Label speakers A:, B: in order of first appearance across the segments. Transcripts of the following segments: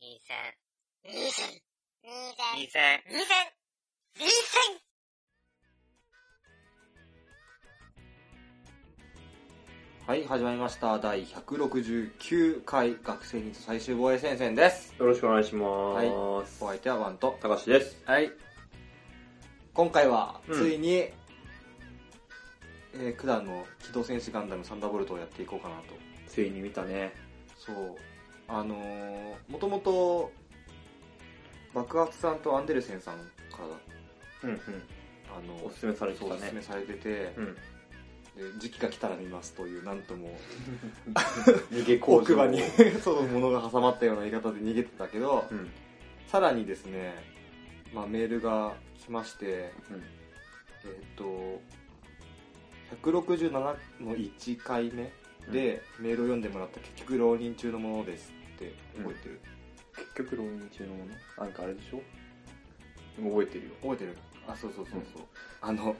A: 二千。
B: 二千。二千。
A: 二千。
B: 二千。二千。
C: はい、始まりました。第169回学生ニート最終防衛戦線です。
D: よろしくお願いします。
C: お相手はワンと。
D: 高橋です。
C: はい。今回は、
D: うん
C: ついに、えー、九段の機動戦士ガンダムサンダーボルトをやっていこうかなと。
D: ついに見たね。
C: そう。あのー、もともと、爆発さんとアンデルセンさんから、
D: うんうん。
C: あの
D: おすすめされて
C: そう
D: た
C: おすす
D: ね
C: め。されてて、
D: うん。
C: で時期が来たら見ますという、なんとも、
D: 逃げ工場
C: 奥歯に そう物が挟まったような言い方で逃げてたけど、
D: うん。
C: さらにですね、まあ、メールが来まして、
D: うん。
C: えーっと、167の1回目でメールを読んでもらった結局浪人中のものですって覚えてる、
D: 結局、浪人中のもの。なんかあれでしょ覚えてるよ。
C: 覚えてるあ、そうそうそうそう。あの、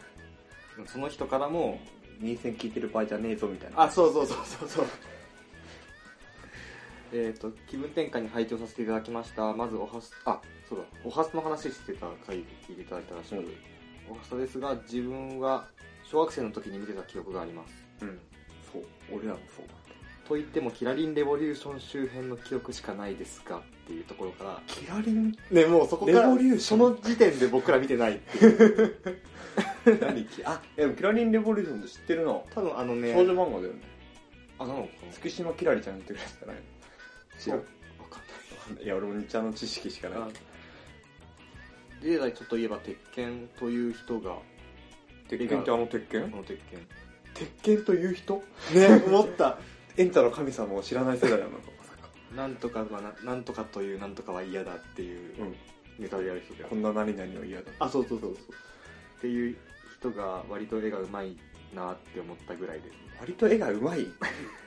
C: その人からも、
D: 人選聞いてる場合じゃねえぞみたいな。
C: あ、そうそうそうそうそう。 えっと、気分転換に拝聴させていただきました。まずおはす、あ、そうだ、おはすの話してた回聞いていただいたらしく、
D: うん
C: おはすですが、自分は小学生の時に見てた記憶があります。
D: うん。そう。俺らもそうなんだ。
C: と言っても、キラリンレボリューション周辺の記憶しかないですが、っていうところから、
D: キラリン、
C: ね、もうそこから
D: レボリュー、シ
C: そ
D: ョン
C: の時点で僕ら見てないっていう。
D: 何きあ、でもキラリンレボリューションって知ってるな。
C: 多分あのね、
D: 少女漫画だよね。
C: あ、なのかな
D: 月島キラリちゃんってくらいじゃないの知らん
C: わかん
D: いや、俺も日ちゃんの知識しかない
C: ない。。あ例題ちょっと言えば、鉄拳という人が、
D: 鉄拳ってあの鉄拳
C: この鉄拳。
D: 鉄拳という人
C: ね思った
D: エンタの神様を知らない世代なのか、まさか。
C: なんとかはななんとかというなんとかは嫌だっていう
D: うん。
C: ネタをやる人だよ
D: こんな何々は嫌だ。
C: あそうそうそうそうっていう人が割と絵がうまいなって思ったぐらいです
D: 割と絵がうまい。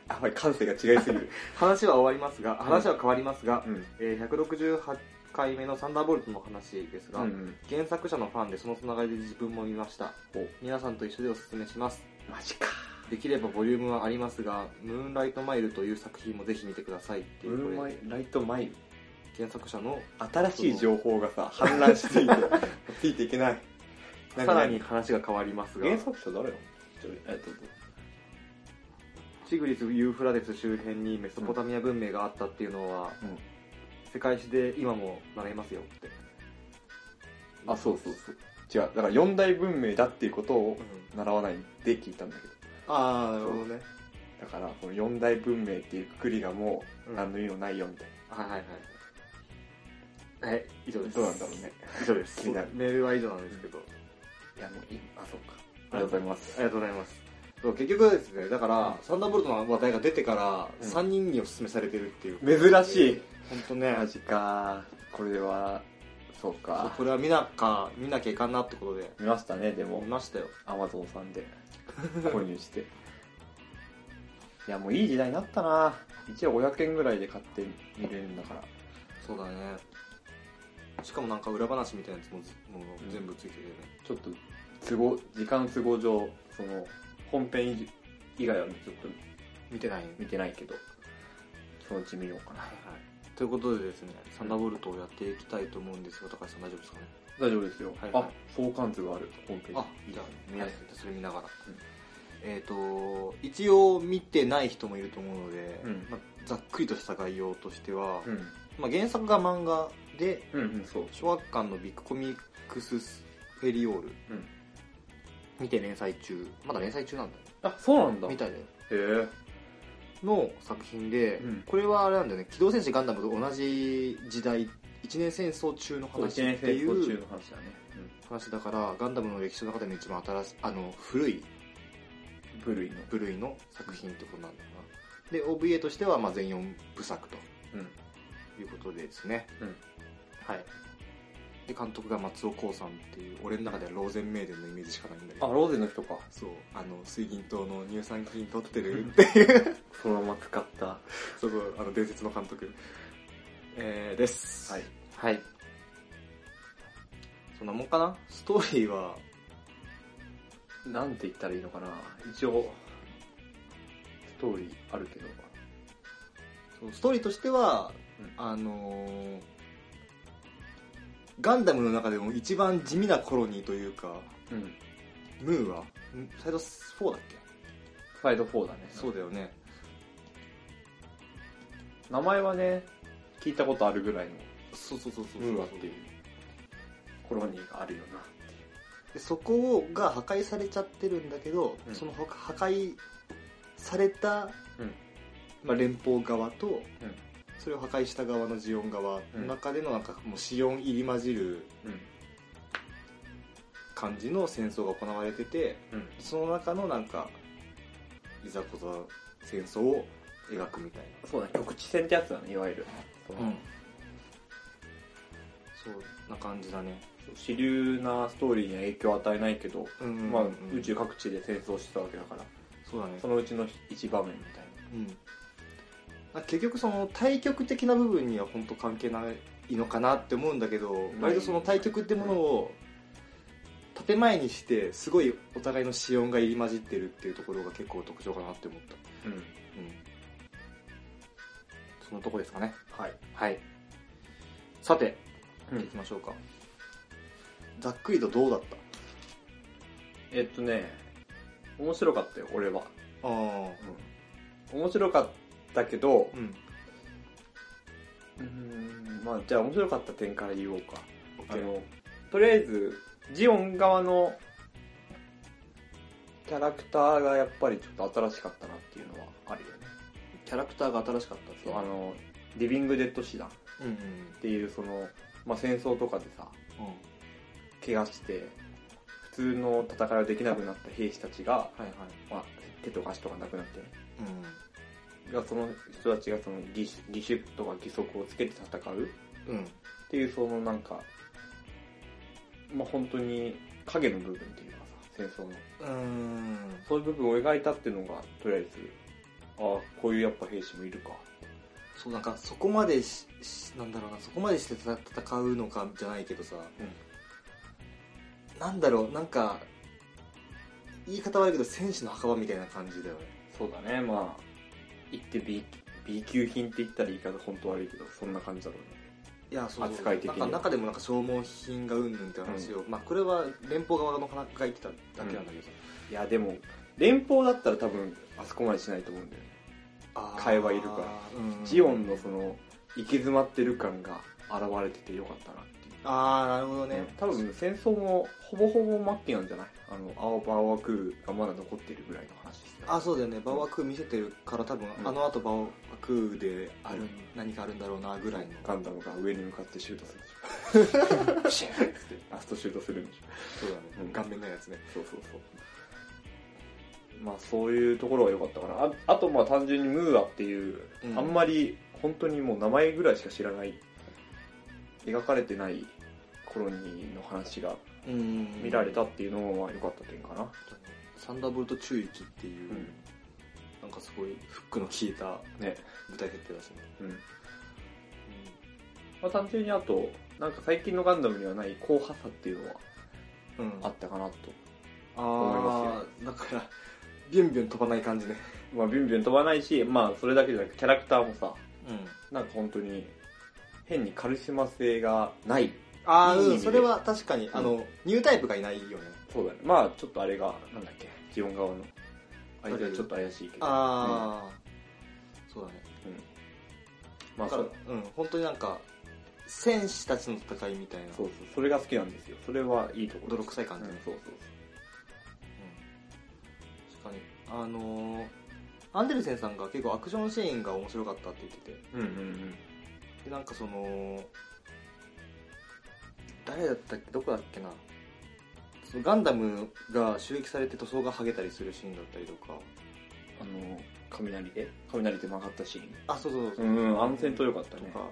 D: あ、やばい、感性が違いすぎる。
C: 話は終わりますが話は変わりますが、
D: うん。
C: えー168回目のサンダーボルトの話です
D: う
C: が、
D: ん。
C: 原作者のファンでそのつながりで自分も見ました
D: お
C: 皆さんと一緒でおすすめします
D: マジか。
C: できればボリュームはありますが「ムーンライトマイル」という作品もぜひ見てくださいって
D: ブ
C: いう
D: ー
C: こ
D: マ
C: れ
D: イライトマイル。
C: 原作者の
D: 新しい情報がさ、氾濫しすぎ て、ついていけない。
C: さらに、話が変わりますが
D: 原作者誰よえっと、
C: シグリス・ユーフラテス周辺にメソポタミア文明があったっていうのは、
D: うん
C: 世界史で今も習いますよって。
D: あ、そうそうそう。違う。だから四大文明だっていうことを習わないって聞いたんだけど。
C: ああ、な
D: るほど
C: ね。
D: だから、この四大文明っていうくくりがも
C: う
D: うん何の意味もないよみたい
C: はいはいはい。え、以上で
D: な。
C: す。
D: どうなんだろうね。
C: 以上です。
D: 気になる
C: メールは以上なんですけど。
D: いや、もういい。あ、そうか。ありがとうございます
C: あり。がとうございます。そう結局ですね、だから、サンダーボルトの話題が出てから、
D: うん
C: 3人にお勧めされてるっていう。
D: 珍しい。
C: 本当ね
D: マ、ジか。これは、そう
C: そう
D: か。
C: これは見なか、見なきゃいかんなってことで、
D: 見ましたね、でも
C: 見。ましたよ。
D: アマゾンさんで購入して。いや、もういい時代になったな。1応500円ぐらいで買って見れるんだから。
C: そうだね。しかもなんか裏話みたいなやつもずもう全部ついててね。
D: ちょっと、都合、時間都合上、その、本編以以外はちょっと
C: 見てない
D: 見てないけど、そのうち見ようかな。
C: ということでですね、サンダーボルトをやっていきたいと思うんですが、高橋さん大丈夫ですかね
D: 大丈夫ですよ。
C: はいはい
D: あ、相関図がある、ホームペー
C: あ
D: ジ。、
C: じゃあ、見
D: 見
C: や
D: や
C: す
D: す
C: い
D: い。
C: それ見ながら。
D: ん
C: えっ、と、一応見てない人もいると思うので、
D: うん
C: まあ、ざっくりとした概要としては、
D: うん。
C: まあ、原作が漫画で、
D: うん、うん、そう。
C: 小学館のビッグコミックススペリオール
D: うん。
C: 見て連載中、まだ連載中なんだよね。
D: あ、そうなんだ。
C: み
D: へ
C: たいだよ。
D: え。
C: の作品で、
D: うん
C: これはあれなんだよね「機動戦士ガンダム」と同じ時代一年戦争中の話
D: 1
C: っ
D: 年
C: て
D: 生
C: い
D: 途中
C: う
D: の話だね。
C: 話だからガンダムの歴史の中でも一番新しいあの古い
D: うん。部類の。
C: 部類の作品ってことなんだよなで OVA としてはまあ全4部作と
D: うん。
C: いうことでですね、
D: うん
C: はいで監督が松尾光さんっていう俺の中ではローゼンメーデンのイメージしかないんだけ
D: あ、
C: ど
D: ローゼの人か。
C: そうあの水銀糖の乳酸菌取ってるっていう
D: そのまま使った。は
C: そうそう、あの伝説の監督、えー、です。
D: はい。
C: はい。そんなもんかなストーリーは、
D: い。なんて言ったらいいのかな。一応、ストーリーあるけど。
C: そのストーリーとしては、あのーガンダムの中でも一番地味なコロニーというか、
D: うん。
C: ムーは、んサイド4だっけ
D: サイド4だね。
C: そうだよね。
D: 名前はね、聞いたことあるぐらいの
C: そうそうそうそう
D: ムーアっていうコロニーがあるよな。
C: でそこが破壊されちゃってるんだけど、
D: うん
C: その破破壊された、
D: うん
C: まあ、連邦側と、
D: ん
C: それを破壊した側のジオン側の中でのなんかもうシオン入り混じる
D: うん。
C: 感じの戦争が行われてて
D: うん。
C: その中のなんかいざこざ戦争を描くみたい
D: そうだね、局地戦ってやつだね、いわゆる。そ
C: な、
D: の
C: そんな感じだね
D: 主流なストーリーには影響を与えないけど、
C: うんうんうん
D: まあ、宇宙各地で戦争してたわけだから、
C: そうだね
D: そのうちの一場面みたい
C: うん、あ結局その対極的な部分には本当関係ないのかなって思うんだけど割とその対極ってものを建前にしてすごいお互いの資音が入り混じってるっていうところが結構特徴かなって思った、
D: な。うん。
C: うん、そのとこですかね
D: はい。
C: はいさて
D: うん
C: 行きましょうか、ざっくりとどうだった
D: えっとね、面白かったよ、俺は。
C: ああ
D: 面白かったけど、
C: うん
D: うーん、まあ、じゃあ面白かった点から言おうか。あ
C: OK
D: の、とりあえず、ジオン側のキャラクターがやっぱりちょっと新しかったなっていうのはあるよね。
C: キャラクターが新しかったって
D: そ
C: いうう
D: あの、リビングデッド師団っ
C: うんうん
D: ていうその、まあ、戦争とかでさ、
C: うん
D: 怪我して、普通の戦いはできなくなった兵士たちが、
C: はいはい
D: まあ、手とか足とかなくなってね。
C: うん
D: が、その人たちがその義手、義手とか義足をつけて戦うっ
C: うん
D: ていうそのなんか、まあ、本当に影の部分っていうかさ、戦争の。
C: うーん
D: そういう部分を描いたっていうのが、とりあえず、ああ、こういうやっぱ兵士もいるか。
C: そうなんかそこまでししなんだろうなそこまでして戦戦うのかじゃないけどさ、なんだろうなんか言い方悪いけど戦士の墓場みたいな感じだよね
D: そうだね、まあ、言って B, B 級品って言ったら言い方本当悪いけど、そんな感じだろうね。
C: いやそうそう
D: 扱い的に
C: なんか中でもなんか消耗品がうんぬんって話を、まあこれは連邦側の話が言ってただけなんだけど、
D: いや、でも、連邦だったら多分、あそこまでしないと思うんだよね。
C: あー
D: 会話いるから
C: うん
D: ジオンのその、行き詰まってる感が現れててよかったなっていう。
C: ああなるほどね、
D: 多分戦争もほぼほぼ末期なんじゃないあの青葉青クがまだ残ってるぐらいの話ですよ
C: あそうだよねバワクー見せてるから多分、
D: うん
C: あの後バワクーである、
D: うん
C: 何かあるんだろうなぐらいの
D: ガンダムが上に向かってシュートするでし
C: プシュンって
D: ょラストシュートするんでしょ
C: そうだね、
D: うん
C: 顔面のやつね
D: そうそうそうまあそういうところが良かったかなああとまあ単純にムーアっていう、
C: うん
D: あんまり本当にもう名前ぐらいしか知らない描かれてないコロニーの話が
C: うん
D: 見られたっていうのは良かった点かな、
C: サンダーボルト宙域っていう、
D: うん
C: なんかすごいフックの効いた
D: ね
C: 舞台設定だしね、
D: うんまあ、単純にあと、なんか最近のガンダムにはない硬派さっていうのは
C: うん
D: あったかなと。
C: あ
D: 思いま
C: ーだからビュンビュン飛ばない感じね
D: まあ、ビュンビュン飛ばないし、まあ、それだけじゃなくキャラクターもさ、
C: うん
D: なんか本当に、変にカルシマ性がない。
C: ああ
D: いい
C: う
D: 意味で
C: んそれは確かに、あのニュータイプがいないよね
D: そうだね。まあ、ちょっとあれが、なんだっけ、ジオン側の。あれがちょっと怪しいけど。
C: ああ、そうだね
D: うん。うんま
C: だ
D: あ、
C: か
D: そ
C: らう
D: う
C: ん本当になんか戦士たちの戦いみたいな
D: そうそう。それが好きなんですよ。それはいいところ。
C: 泥臭い感じ
D: うん
C: ね
D: そうそう
C: 確かにあのーアンデルセンさんが結構アクションシーンが面白かったって言ってて
D: そう。うんうんうん。
C: でなんかその誰だったっけどこだっけなそのガンダムが襲撃されて塗装が剥げたりするシーンだったりとか
D: あの、雷で雷で曲がったシーン。
C: あそうそうそう、
D: うん、安全と良かったね
C: と。か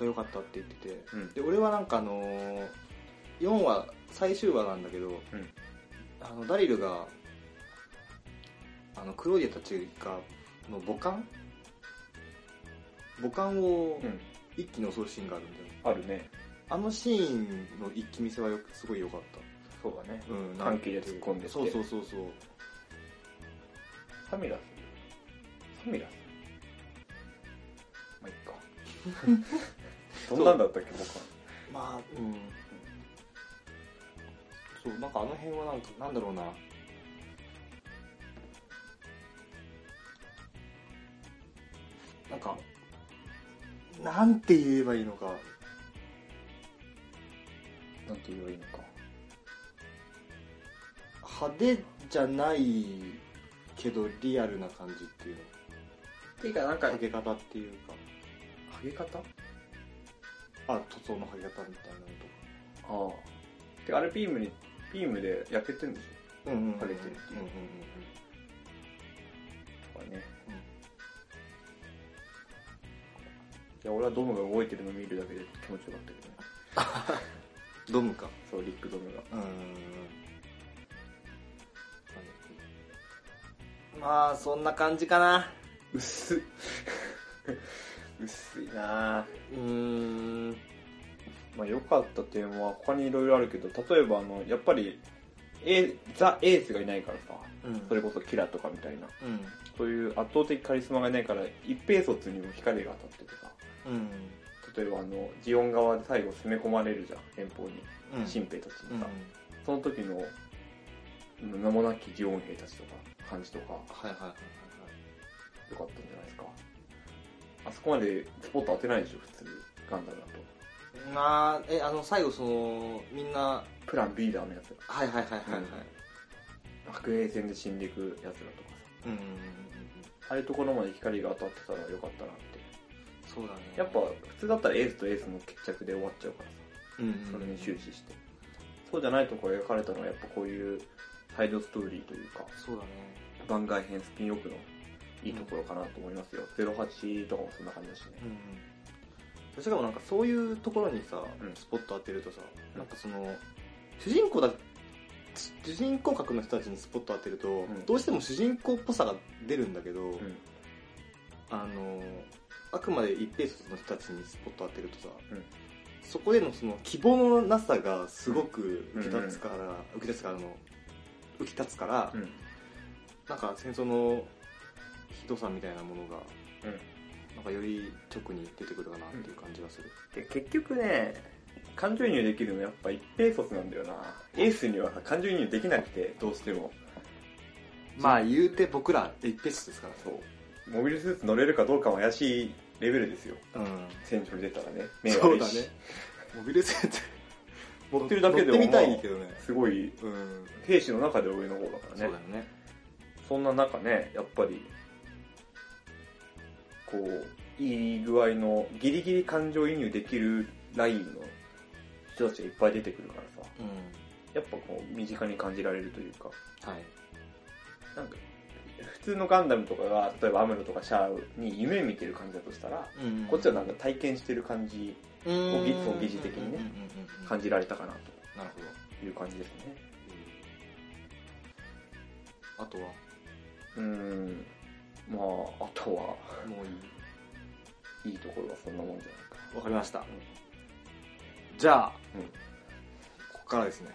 C: が良かったって言ってて
D: うん。うん
C: で俺はなんかあのー、4話最終話なんだけど、
D: うん
C: あのダリルがあのクローディアたちがの母艦母艦を
D: うん。
C: 一気に襲うシーンがあるんだよ、
D: あるね。
C: あのシーンの一気見せはよくすごい良かっ
D: そうだね
C: た。うん
D: 関係で突っ込んでって
C: そうそうそうそう
D: サミラスサミラスまあ、いっか。 どんなんだったっけ僕は
C: まあうんそうなんかあの辺はなんかなんだろうななんかなんて言えばいいのか
D: なんて言えばいいのか
C: 派手じゃないけどリアルな感じっていうの
D: っていうかなんか
C: ハゲ方っていうか
D: げ方あ
C: あ塗装のハゲ方みたいなのと
D: あてかあれビームにビームで焼けてんでし
C: かうんうん
D: ハゲてるって
C: う
D: い
C: んうんう
D: う
C: ん
D: ょとかね、
C: うん
D: いや俺はドムが動いてるの見るだけで気持ちよかったけどね
C: うんドムか
D: そうリックドムが
C: うーんまあそんな感じかな
D: 薄っ薄いなあ
C: うーん
D: まあ良かった点は他にいろいろあるけど例えばあのやっぱり、エザ・エースがいないからさ
C: うん
D: それこそキラとかみたいな
C: うん
D: そういう圧倒的カリスマがいないから一平卒にも光が当たっててさ
C: うん
D: 例えばあのジオン側で最後攻め込まれるじゃん遠方に
C: うん
D: 新兵たち
C: う
D: に
C: ん
D: さ、その時の名もなきジオン兵たちとか感じとか
C: はいはいはいはい
D: 良かったんじゃないですかあそこまでスポット当てないでしょ普通ガンダムだと
C: はいまあえあの最後そのみんな
D: プラン B だあのやつら
C: はいはいはいはいはい
D: 白衛戦で死んでいくやつらとかさ
C: うん
D: ああいうところまで光が当たってたらよかったなって。
C: そうだね
D: やっぱ、普通だったらエースとエースの決着で終わっちゃうから
C: うんうん
D: さ、それに終始して。そうじゃないところが描かれたのは、やっぱこういうサイドストーリーというか、
C: そうだね
D: 番外編スピンオフのいいところかなと思いますよ。08とかもそんな感じだしね。
C: うんしかもなんかそういうところにさ、
D: うん
C: スポット当てるとさ
D: うん
C: なんかその主人公だ主人公格の人たちにスポット当てると、
D: ん
C: どうしても主人公っぽさが出るんだけど、
D: うん。
C: あのあくまで一定数の人たちにスポット当てるとさ、
D: うん
C: そこでのその希望のなさがすごく浮き立つから、浮き立つからの浮き立つから、
D: うん。
C: なんか戦争のひどさみたいなものが
D: うん。
C: なんかより直に出てくるかなっていう感じがする、
D: で、結局ね、感情移入できるのはやっぱ一平卒なんだよな。エースにはさ、感情移入できなくて、どうしても。
C: まあ言うて僕ら一定数ですから
D: そう。モビルスーツ乗れるかどうかも怪しいレベルですよ。
C: うん
D: 戦場に出たらね、目
C: そ
D: 悪
C: う
D: い
C: だ
D: し、
C: ねモビルスーツ
D: 乗ってるだけで
C: 乗
D: も
C: ってみたいけどね
D: すごい、
C: うん、
D: 兵士の中では上の方だからね。
C: そうだよね
D: そんな中ね、やっぱり、こう、いい具合の、ギリギリ感情移入できるラインの人たちがいっぱい出てくるからさ、
C: うん
D: やっぱこう、身近に感じられるというか、
C: はい
D: なんか、普通のガンダムとかが、例えばアムロとかシャアに夢見てる感じだとしたら、
C: うん
D: こっちはなんか体験してる感じ、
C: うん
D: ぎそう疑似的にね
C: うんうんうんうんうん
D: 感じられたかな
C: なるほど
D: という感じですね。
C: あとは
D: うーん、まあ、あとは、
C: もういい
D: いいところはそんなもんじゃないか。
C: わかりました、じゃあ、
D: うん
C: ここからですね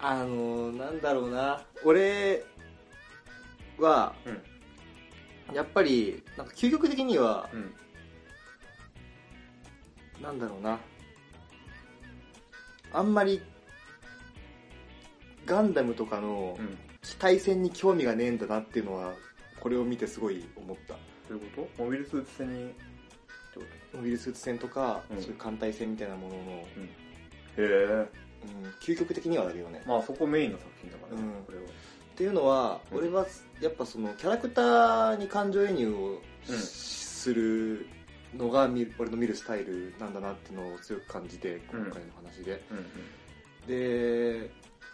D: うん。
C: あのーなんだろうな俺は、やっぱりなんか究極的には、
D: うん。
C: なんだろうなあんまりガンダムとかの
D: うん。
C: 機体戦に興味がねえんだなっていうのはこれを見てすごい思った
D: どういうことモビルスーツ戦に、ってこ
C: モビルスーツ戦とか、
D: うん
C: そういう艦隊戦みたいなものの、
D: とへえ。
C: うん、究極的にはだけどね、
D: まあそこメインの作品だからね、
C: うん
D: これは。
C: っていうのは、
D: うん
C: 俺はやっぱそのキャラクターに感情移入をし、
D: うん
C: するのが見る俺の見るスタイルなんだなっていうのを強く感じて今回の話で、
D: うんうん。
C: で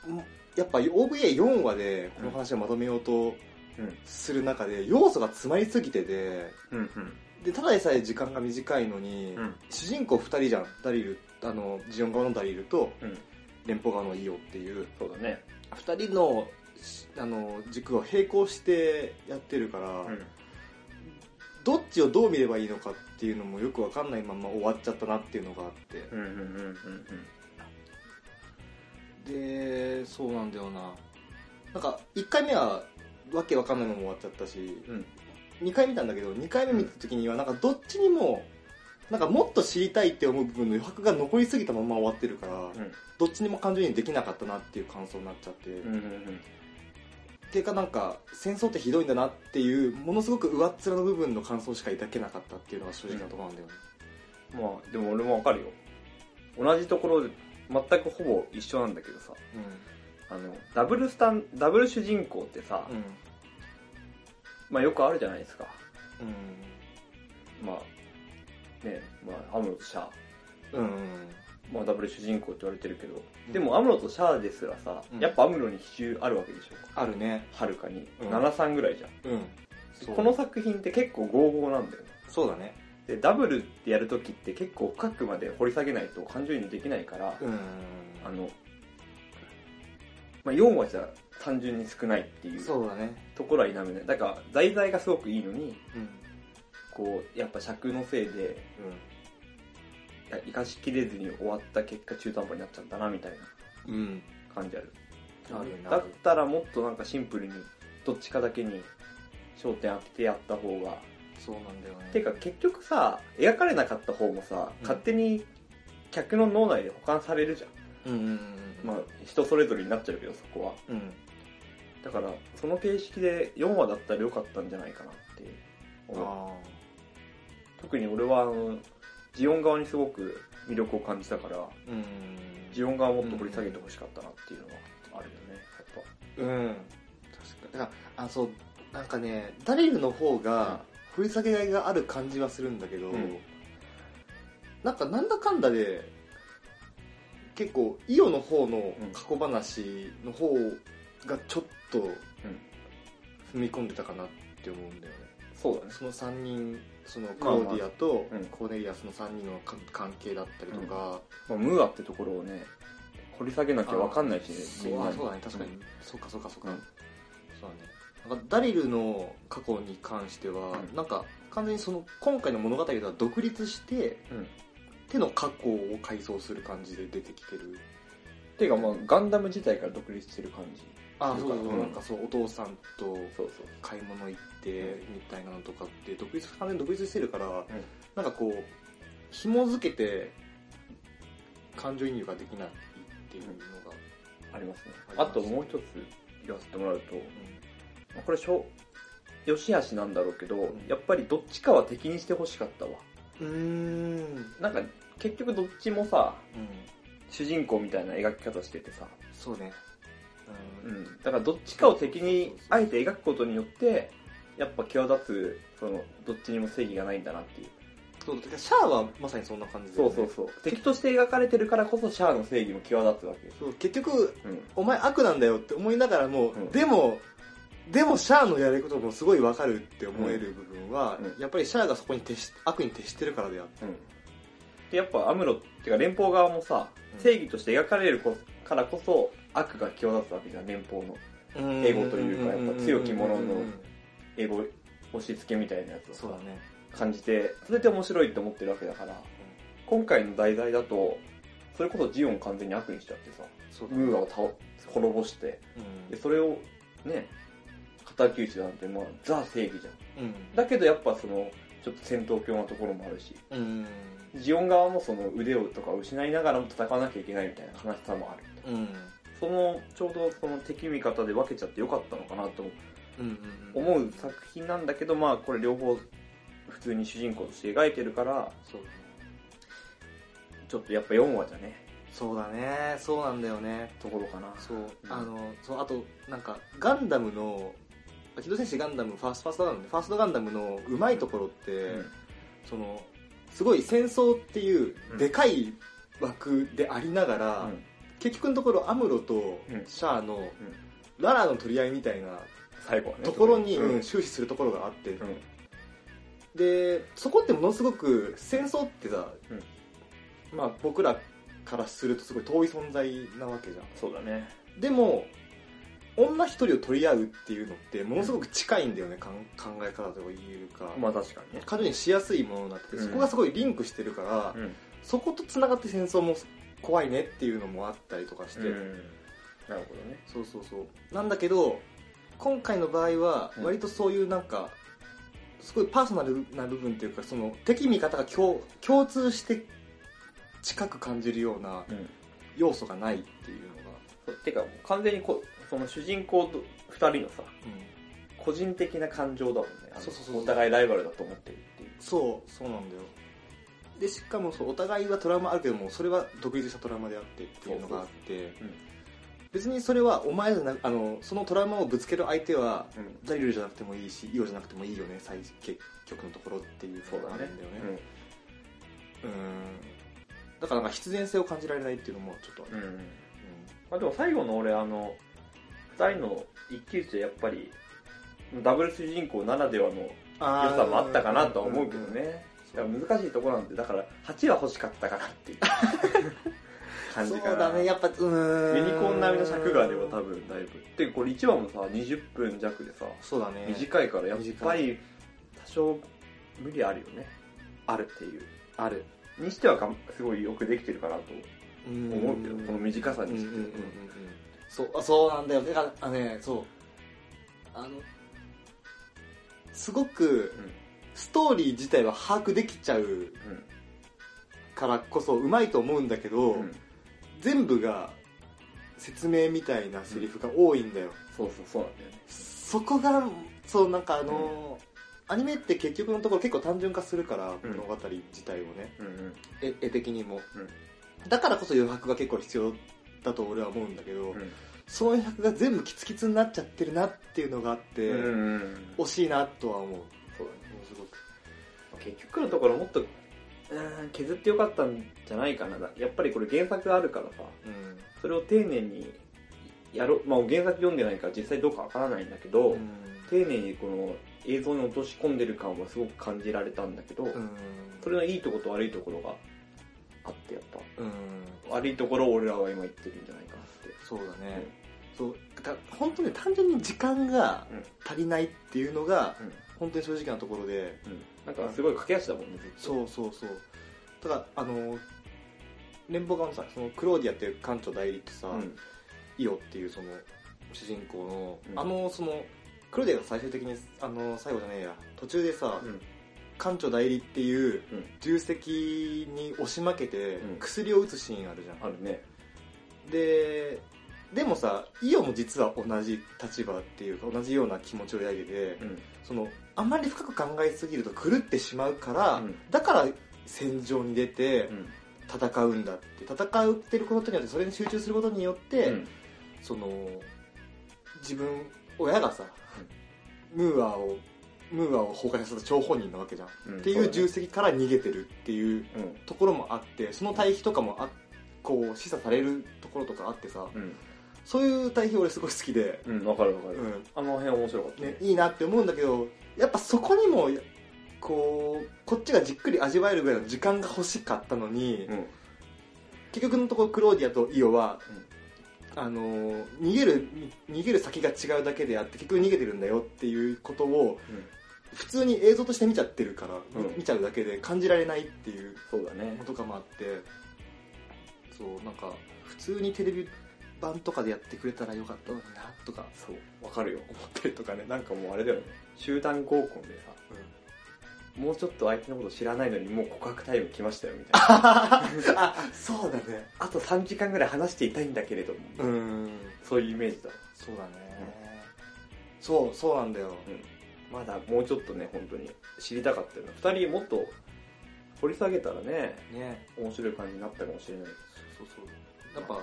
C: もやっぱ OVA4 話でこの話をまとめようと
D: うん
C: する中で要素が詰まりすぎてて
D: うん
C: でただでさえ時間が短いのに、
D: うん。うん。
C: 主人公2人じゃんダリルあのジオン側のダリルと
D: うん。
C: 連邦側のイオっていう
D: そうだね。
C: 2人のしあの軸を並行してやってるから、
D: うん。
C: どっちをどう見ればいいのかっていうのもよくわかんないまま終わっちゃったなっていうのがあって、
D: うんうんうんうん
C: でそうなんだよななんか1回目はわけわかんないまま終わっちゃったし
D: うん。うん。
C: 2回見たんだけど2回目見た時にはなんかどっちにもなんかもっと知りたいって思う部分の余白が残りすぎたまま終わってるから、
D: ん
C: どっちにも感情移入できなかったなっていう感想になっちゃって、
D: うんうんうん
C: 結果なんか戦争ってひどいんだなっていうものすごく上っ面の部分の感想しか抱けなかったっていうのが正直なところなんだよね、
D: まあでも俺もわかるよ同じところで全くほぼ一緒なんだけどさあのダブルスタンダブル主人公ってさ、
C: うん
D: まあよくあるじゃないですか
C: う
D: まあねまあアムロとシャア、
C: んうんうん
D: まあ、ダブル主人公って言われてるけど、
C: うん
D: でもアムロとシャアですらさ、
C: うん
D: やっぱアムロに比重あるわけでしょ
C: あるね
D: はるかに、
C: うん
D: 73ぐらいじゃん
C: うん
D: で
C: そう
D: この作品って結構合々なんだよね
C: そうだね
D: でダブルってやるときって結構深くまで掘り下げないと感情移入できないから、
C: うん
D: あの、まあ、4話じゃ単純に少ないっていう
C: そうだね
D: ところは否めないだから題材がすごくいいのに
C: うん
D: こうやっぱ尺のせいでいや生かしきれずに終わった結果中途半端になっちゃったなみたいな
C: うんうん
D: 感じある
C: あるな
D: だったらもっとなんかシンプルにどっちかだけに焦点当ててやった方が
C: そうなんだよね
D: ていうか結局さ描かれなかった方もさ
C: うん
D: 勝手に客の脳内で保管されるじゃん、
C: うんうんうん
D: まあ人それぞれになっちゃうけどそこは
C: うん
D: だからその形式で4話だったらよかったんじゃないかなって思う
C: あ
D: 特に俺はあのジオン側にすごく魅力を感じたから
C: あうん
D: ジオン側をもっと掘り下げてほしかったなっていうのはあるよね
C: う
D: やっ
C: ん確かにだからあそうなんかねダリルの方が掘り下げがいがある感じはするんだけど、
D: うん
C: なんかなんだかんだで結構イオの方の過去話の方がちょっと踏み込んでたかなって思うんだよね
D: ぱそうだね
C: その3人そのク
D: まあま
C: ロ
D: あ
C: ーディアと
D: うん
C: コーネリアスの3人のか関係だったりとか、
D: まあ、ムーアってところをね掘り下げなきゃ分かんないしね
C: そ
D: みん
C: うあ
D: なに
C: そうだね確かに、
D: うん
C: そうかそうかそう
D: う
C: か、
D: ん
C: そうだねなんかダリルの過去に関しては、
D: うん
C: なんか完全にその今回の物語とは独立して
D: うん
C: 手の過去を改造する感じで出てきてる
D: ていうかまあガンダム自体から独立してる感じ
C: あ
D: そう
C: そうそう、
D: うん
C: なんかそうお父さんと
D: そうそう
C: 買い物行ってみたいなのとかって独立完全に独立してるから、なんかこう紐づけて感情移入ができないっていうのが、
D: ありますね
C: ありま
D: あ
C: す
D: ともう一つ言わせてもらうとまあこれしょよしあしなんだろうけど、
C: ん
D: やっぱりどっちかは敵にしてほしかったわ
C: うんうん
D: なんか結局どっちもさ主人公みたいな描き方しててさ、
C: そうね
D: う
C: うん
D: ん、だからどっちかを敵にあえて描くことによってやっぱ際立つそのどっちにも正義がないんだなっていう
C: そうてかシャアはまさにそんな感じだ
D: そ
C: よ
D: う
C: ね
D: そうそう敵として描かれてるからこそシャアの正義も際立つわけです、
C: そう結局
D: うん、
C: お前悪なんだよって思いながらも、
D: うん
C: でもでもシャアのやることもすごいわかるって思える部分は、
D: うん
C: やっぱりシャアがそこに徹し悪に徹してるからであって
D: うん、でやっぱアムロっていうか連邦側もさ、
C: うん
D: 正義として描かれるこからこそ悪が際立つわけじゃん連邦の英語というかやっぱ強き者の
C: うんうんうん
D: 英語押し付けみたいなやつをさ
C: そうだね
D: 感じてそれで面白いって思ってるわけだから、今回の題材だとそれこそジオン完全に悪にしちゃってさ
C: そうだね
D: ムーアを倒滅ぼしてでそれをね敵討ちなんてまあザ正義じゃん
C: うん
D: だけどやっぱそのちょっと戦闘狂なところもあるし
C: うんうん
D: ジオン側もその腕をとかを失いながらも戦わなきゃいけないみたいな悲しさもある
C: うんうん
D: そのちょうどその敵味方で分けちゃってよかったのかなと
C: うんうん
D: 思う作品なんだけどまあこれ両方普通に主人公として描いてるから
C: そうだね
D: ちょっとやっぱ4話じゃね
C: そうだねそうなんだよね
D: ところかな
C: そう、
D: ん
C: あのそうあとなんかガンダムの「機動戦士ガンダム」ファーストファーストガンダムねファーストガンダムのうまいところって、
D: うん
C: そのすごい戦争っていう
D: うん
C: でかい枠でありながら、
D: うん
C: 結局のところアムロと
D: うん
C: シャアの、ララの取り合いみたいな
D: 最後はね
C: ところに、
D: うん
C: うん終始するところがあって、でそこってものすごく戦争ってさ、まあ、僕らからするとすごい遠い存在なわけじゃん
D: そうだね
C: でも女一人を取り合うっていうのってものすごく近いんだよね、かん考え方とか言えるか、
D: まあ確かにね
C: 彼女にしやすいものになってて
D: うん
C: そこがすごいリンクしてるから、
D: うん
C: そことつながって戦争も怖いねっていうのもあったりとかして、
D: なるほどね
C: そうそうそうなんだけど今回の場合は
D: うん
C: 割とそういうなんか、すごいパーソナルな部分っていうかその敵味方が共共通して近く感じるような
D: うん
C: 要素がないっていうのが、
D: そうてかもう完全にこうその主人公と2人のさ個人的な感情だもんねあの
C: そうそうそうそう
D: お互いライバルだと思ってるっていう
C: そうそうなんだよでしかもそうお互いはトラウマあるけどもそれは独立したトラウマであってっていうのがあって
D: そうそううん
C: 別にそれはお前じゃなあのそのトラウマをぶつける相手は
D: うん
C: ダリルじゃなくてもいいしイオじゃなくてもいいよね最結局のところっていう
D: そう
C: のが
D: だ
C: あ
D: ね
C: るんだよねうんだからなんか必然性を感じられないっていうのもちょっとあ
D: うん、
C: る、
D: うんまあ、でも最後の俺あの2人の一騎打ちはやっぱりダブル主人公ならではの良
C: あ
D: さもあったかなとは思うけどね、
C: うんうんうん
D: だから難しいところなんでだから8は欲しかったかなっ ていう感じ
C: そう
D: かな
C: だねやっぱうーん
D: ユニコーン並みの尺がでは多分だいぶてかこれ1話もさ20分弱でさ
C: そうだね
D: 短いからやっぱ
C: 短
D: り多少無理あるよね
C: ある
D: っていう
C: ある
D: にしてはがんすごいよくできてるかなと思うけどこの短さ
C: うんうん
D: に
C: うん
D: し
C: う
D: て
C: んうんそうあそうなんだよだからあのねそうあのすごくストーリー自体は把握できちゃうからこそうまいと思うんだけど、
D: うんうん
C: 全部が説明みたいなセリフが多いんだよ、
D: そうそうそうなんだよね
C: そこがそうなんかあのーアニメって結局のところ結構単純化するから、
D: うん
C: 物語自体をね
D: うんうん
C: 絵絵的にも、だからこそ余白が結構必要だと俺は思うんだけど、
D: うん
C: その余白が全部キツキツになっちゃってるなっていうのがあって、
D: うんうんうん
C: 惜しいなとは思う
D: そうだね
C: ものすごく
D: 結局のところもっとうーん削ってよかったんじゃないかなやっぱりこれ原作があるからさ
C: うん
D: それを丁寧にやろうまあ原作読んでないから実際どうかわからないんだけど、丁寧にこの映像に落とし込んでる感はすごく感じられたんだけど、
C: うん
D: それのいいとこと悪いところがあってやっ
C: うん
D: ぱ悪いところを俺らは今言ってるんじゃないかなって
C: そうだね、そうだから本当に単純に時間が
D: うん
C: 足りないっていうのが
D: うん
C: 本当に正直なところで
D: なんかすごい駆け足だもんねずっと
C: そうそうそうだからあの連邦側のさそのクローディアっていう館長代理とさ、
D: うん
C: イオっていうその主人公の、
D: うん
C: あのそのクローディアが最終的にあの最後じゃねえや途中でさ、
D: うん
C: 館長代理っていう
D: うん
C: 重責に押し負けて
D: うん
C: 薬を打つシーンあるじゃん、
D: あるね
C: ででもさイオも実は同じ立場っていうか同じような気持ちを抱いてて、
D: うん
C: そのあまり深く考えすぎると狂ってしまうから、
D: うん
C: だから戦場に出て
D: うん
C: 戦うんだって戦ってることによってそれに集中することによって、
D: うん
C: その自分親がさ、ムーアをムーアを崩壊させた張本人なわけじゃん、
D: うん
C: っていう重責から逃げてるっていう
D: そうだね
C: ところもあってその対比とかもあこう示唆されるところとかあってさ
D: うん
C: そういう対比俺すごい好きで、
D: うんうんわかるわか
C: う
D: る、
C: ん、
D: あの辺面白かった
C: ね、いいなって思うんだけどやっぱそこにもこうこっちがじっくり味わえるぐらいの時間が欲しかったのに、
D: うん
C: 結局のところクローディアとイオは、あのー逃げる逃げる先が違うだけであって結局逃げてるんだよっていうことを
D: うん
C: 普通に映像として見ちゃってるから、み
D: うん
C: 見ちゃうだけで感じられないっていう
D: そうだね
C: のとかもあってそうなんか普通にテレビ版とかでやってくれたらよかったのになとか
D: そうわかるよ
C: 思ったりとかね
D: なんかもうあれだよね集団合コンでさもうちょっと相手のこと知らないのにもう告白タイム来ましたよみたい な
C: あそうだね
D: あと3時間ぐらい話していたいんだけれども、
C: うん
D: そういうイメージだわ
C: そうだね、そうそうなんだよ
D: まだもうちょっとね本当に知りたかったよな2人もっと掘り下げたらね
C: ね
D: 面白い感じになったかもしれない
C: そうそうやっぱ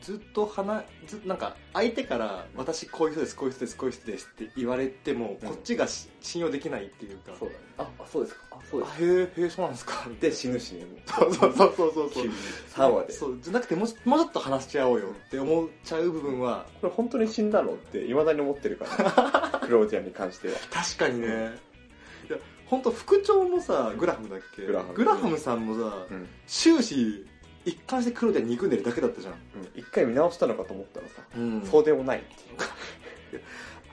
C: ずっと話ずなんか相手から「私こういう人ですこういう人ですこういう人です」って言われても、
D: うん
C: こっちがし信用できないっていうか
D: そうだねああそうですかあそうで
C: あへえへえそうなんですかみ
D: す
C: たい
D: で
C: な
D: 死ぬしねもう
C: そうそうそうそうそう
D: 急に3話で
C: そうじゃなくてもうもうちょっと話し合おうよって思っちゃう部分は
D: これ本当に死んだのっていまだに思ってるか ら、クロージアに関しては
C: 確かにね、いや本当副長もさグラハムだっけ
D: グラハム
C: ムさんもさ、
D: うん、
C: 終始一貫して黒で憎んでるだけだったじゃん、
D: 一回見直したのかと思ったらさ、
C: そ
D: そううでもないっていう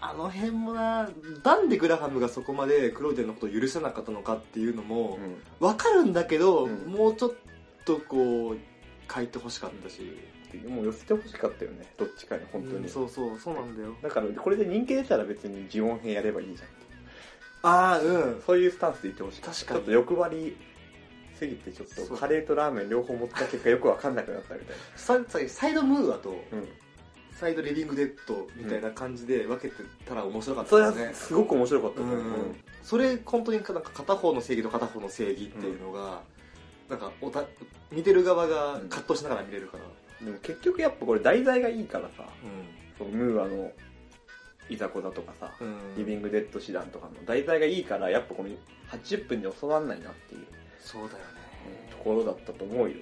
C: あの辺もななんでグラハムがそこまでクローデンのことを許せなかったのかっていうのも
D: うん
C: わかるんだけど、
D: うん
C: もうちょっとこう書いてほしかったし、
D: もう寄せてほしかったよねどっちかに本当に、
C: うんそうそうそうなんだよ
D: だからこれで人気出たら別に呪音編やればいいじゃん
C: ああうん
D: そういうスタンスでいてほしい
C: 確
D: ち
C: か
D: ょ
C: に
D: っと欲張りすぎてちょっ
C: そ
D: と
C: う
D: カレーとラーメン両方持った結果よくわかんなくなったみたい
C: ささサイドムーアと
D: な、うん、
C: サイドリビングデッドみたいな感じで分けてたら面白かっ
D: それ
C: た
D: は
C: ですね
D: すごく面白かった
C: う
D: と思う、
C: んそれ本当になんか片方の正義と片方の正義っていうのが、なんかおた見てる側が葛藤しながら見れるから、
D: でも結局やっぱこれ題材がいいからさそのムーアのいざこざとかさ、
C: うん
D: リビングデッド師団とかの題材がいいからやっぱこの80分に収まんないなっていう
C: そうだよね、
D: ところだったと思うよ、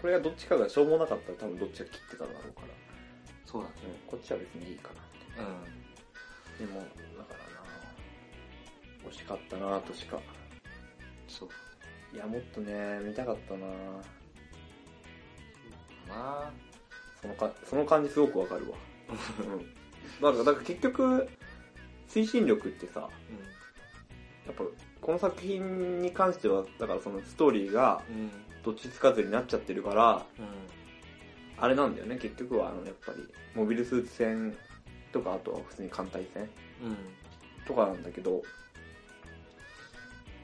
D: これがどっちかがしょうもなかったら多分どっちが切ってただろうから、
C: そうだね
D: うんこっちは別にいいかなって
C: うん
D: でも、だからな惜しかったなとしか。
C: そう
D: いや、もっとね、見たかったな
C: だな
D: そのか、その感じすごくわかるわ。うん。だから、だから結局、推進力ってさ、やっぱ、この作品に関しては、だからそのストーリーが
C: うんうん
D: どっちつかずになっちゃってるから、
C: うん
D: あれなんだよね、結局は、あの、やっぱり、モビルスーツ戦とか、あとは普通に艦隊戦
C: う
D: とかなんだけど、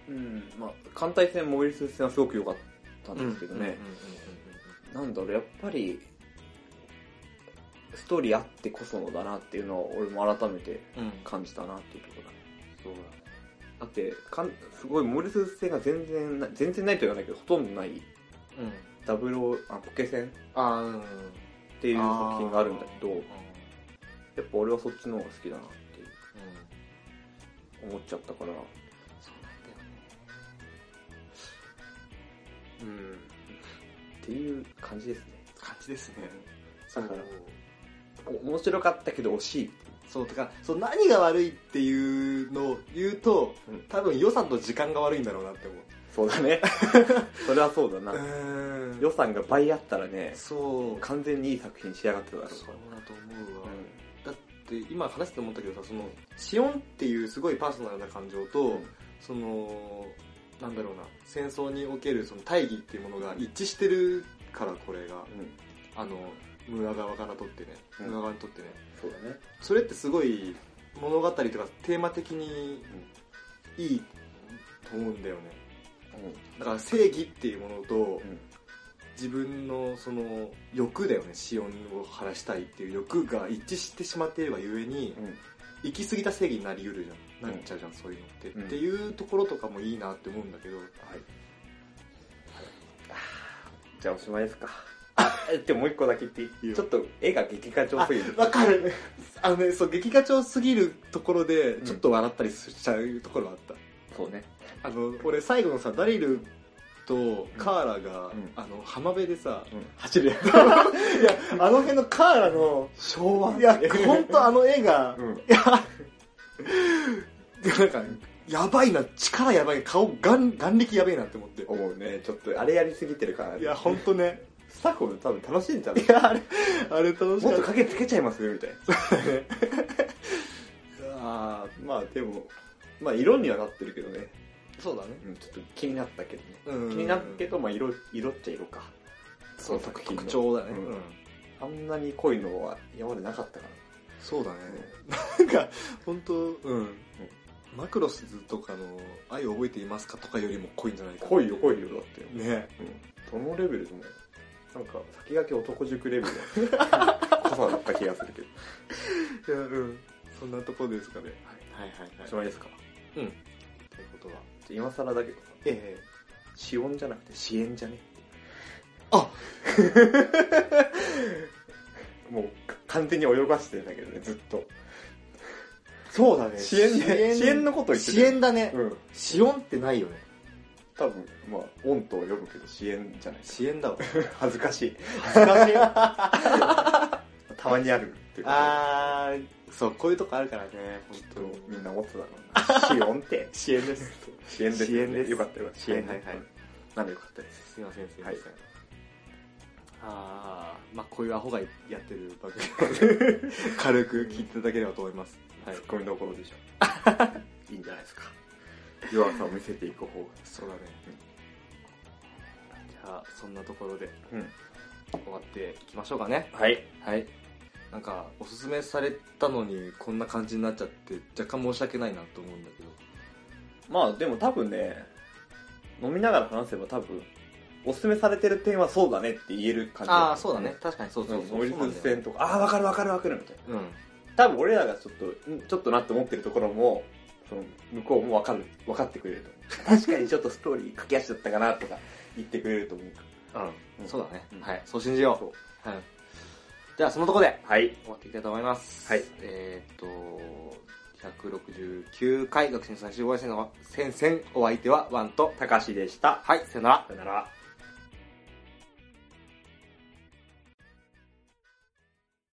D: うん、まあ、艦隊戦、モビルスーツ戦はすごく良かったん
C: ん
D: ですけどね、なんだろう、やっぱり、ストーリーあってこそのだなっていうのは、俺も改めて
C: うん
D: 感じたなっていうところだね。
C: そうだね
D: だって、かんすごい、モリス戦が全然な、全然ないと言わないけど、ほとんどない、
C: うん
D: ダブルあ、ポケ戦っ
C: あーうん
D: ていう作品があるんだけど、
C: うん
D: やっぱ俺はそっちの方が好きだなっていう思っちゃったから、
C: そうなんだよねうん
D: っていう感じですね。
C: 感じですね
D: だ
C: だ
D: か
C: からら、
D: お面白かったけど惜しいっていう。
C: そうとかそう何が悪いっていうのを言うと、
D: うん
C: 多分予算と時間が悪いんだろうなって思う
D: そうだね。 それはそうだな。
C: うん
D: 予算が倍あったらね、
C: そう
D: 完全にいい作品仕上がってただろう
C: そうだと思うわ、
D: う
C: だって今話して思ったけどさそのシオンっていうすごいパーソナルな感情と、
D: うん
C: そのなんだろうな戦争におけるその大義っていうものが一致してるからこれが
D: ん、うん、
C: あのムーア側からとってね
D: うん
C: ムーア側にとってね、
D: そうだね、
C: それってすごい物語とかテーマ的にいいと思うんだよね
D: う
C: だから正義っていうものと
D: ん、
C: 自分のその欲だよねシオンを晴らしたいっていう欲が一致してしまっていればゆえに、
D: うん、
C: 行き過ぎた正義になりうるじゃんなっちゃうじゃん、そういうのって、
D: うん
C: っていうところとかもいいなって思うんだけど
D: はい。じゃあおしまいですか。 え、でももう一個だけ言ってい
C: いい
D: い
C: よ
D: ちょっと絵が激化調すぎる。
C: わかる あのねそう劇画調すぎるところで
D: ん
C: ちょっと笑ったりしちゃうところはあっ
D: そうね。
C: た、あの俺最後のさダリルとカーラが、
D: うん
C: あの浜辺でさ、
D: うん
C: 走るやついやあの辺のカーラの
D: 昭
C: いや本当あの絵が、
D: うん。
C: なんかやばいな力やばい顔眼眼力やばいなって思って
D: 思うね。ちょっと、あれやりすぎてるから。
C: いや本当ね
D: スタッフも多分楽しんじゃう。
C: いやあれあれ楽し
D: も
C: か
D: っ
C: っ
D: と
C: た
D: 影つけちゃいますみたいな。
C: あ
D: まあでも、まあ色にはなってるけどね。
C: ーそうだね
D: うん、ちょっと気になったけどね。
C: うん
D: 気になったけど、まあ色、色っちゃ色か。
C: そう
D: その時の
C: 特徴だね、
D: うんあんなに濃いのは今までなかったから。
C: そうだ ね、なんか本当うん、マクロスとかの「愛を覚えていますか?」とかよりも濃いんじゃないかな
D: 濃いよ、濃いよ、だって。
C: ね
D: どのレベルでもなんか先駆け男塾レベル の濃さだった気がするけど
C: いやうんそんなとこですかね、はい、はいはい
D: おしまいですか
C: うんということは
D: じゃあ今更だけどさ
C: え
D: 支援じゃなくて支援じゃね
C: あ
D: もう完全に泳がしてんだけどねずっと
C: えそうだね
D: 支援ね支援のこと言ってる
C: 支援だね
D: うん
C: 支援ってないよね
D: 多分まあ音と呼ぶけど支援じゃない
C: 支援だ わ
D: 恥ずかしい
C: 恥ずかしい
D: たまにあるっていうこと
C: あーそうこういうとこあるからね
D: できっと
C: 本当
D: みんな思ってた ろうな支援って
C: 支援です
D: 支援です
C: 支援です
D: よかったよかった支援
C: はいはいはい
D: なんでよかったです
C: すいませんすいま
D: は
C: せ
D: い
C: ん、ああまあこういうアホがやってる番組 軽く聞いていただければと思います、はい
D: ツッコミどころ でしょいいんじゃないですか弱さを見せていく方が
C: そうだね、じゃあそんなところで
D: うん
C: 終わっていきましょうかね
D: はい
C: はいなんかおすすめされたのにこんな感じになっちゃって若干申し訳ないなと思うんだけど
D: まあでも多分ね、飲みながら話せば多分、おすすめされてる点はそうだねって言える感じ。。
C: ああそうだね確かにそううんそうそう
D: 森
C: そう
D: 鈴戦とか、ああー、わかるわかるわかるみたいな。
C: うん
D: 多分俺らがちょっと、んちょっとなって思ってるところも、その向こうもわかる、分かってくれると思 う。確かにちょっとストーリー駆け足だったかなとか言ってくれると思うか
C: う
D: うんん
C: そうだね
D: うん
C: はいそう信じようはいじゃあそのとこで
D: ら。はい。
C: 終わっていきたいと思います
D: はい
C: えーっと169回学習最終応援戦の戦線お相手はワンと
D: たかしでした。
C: はいさよなら
D: さよなら。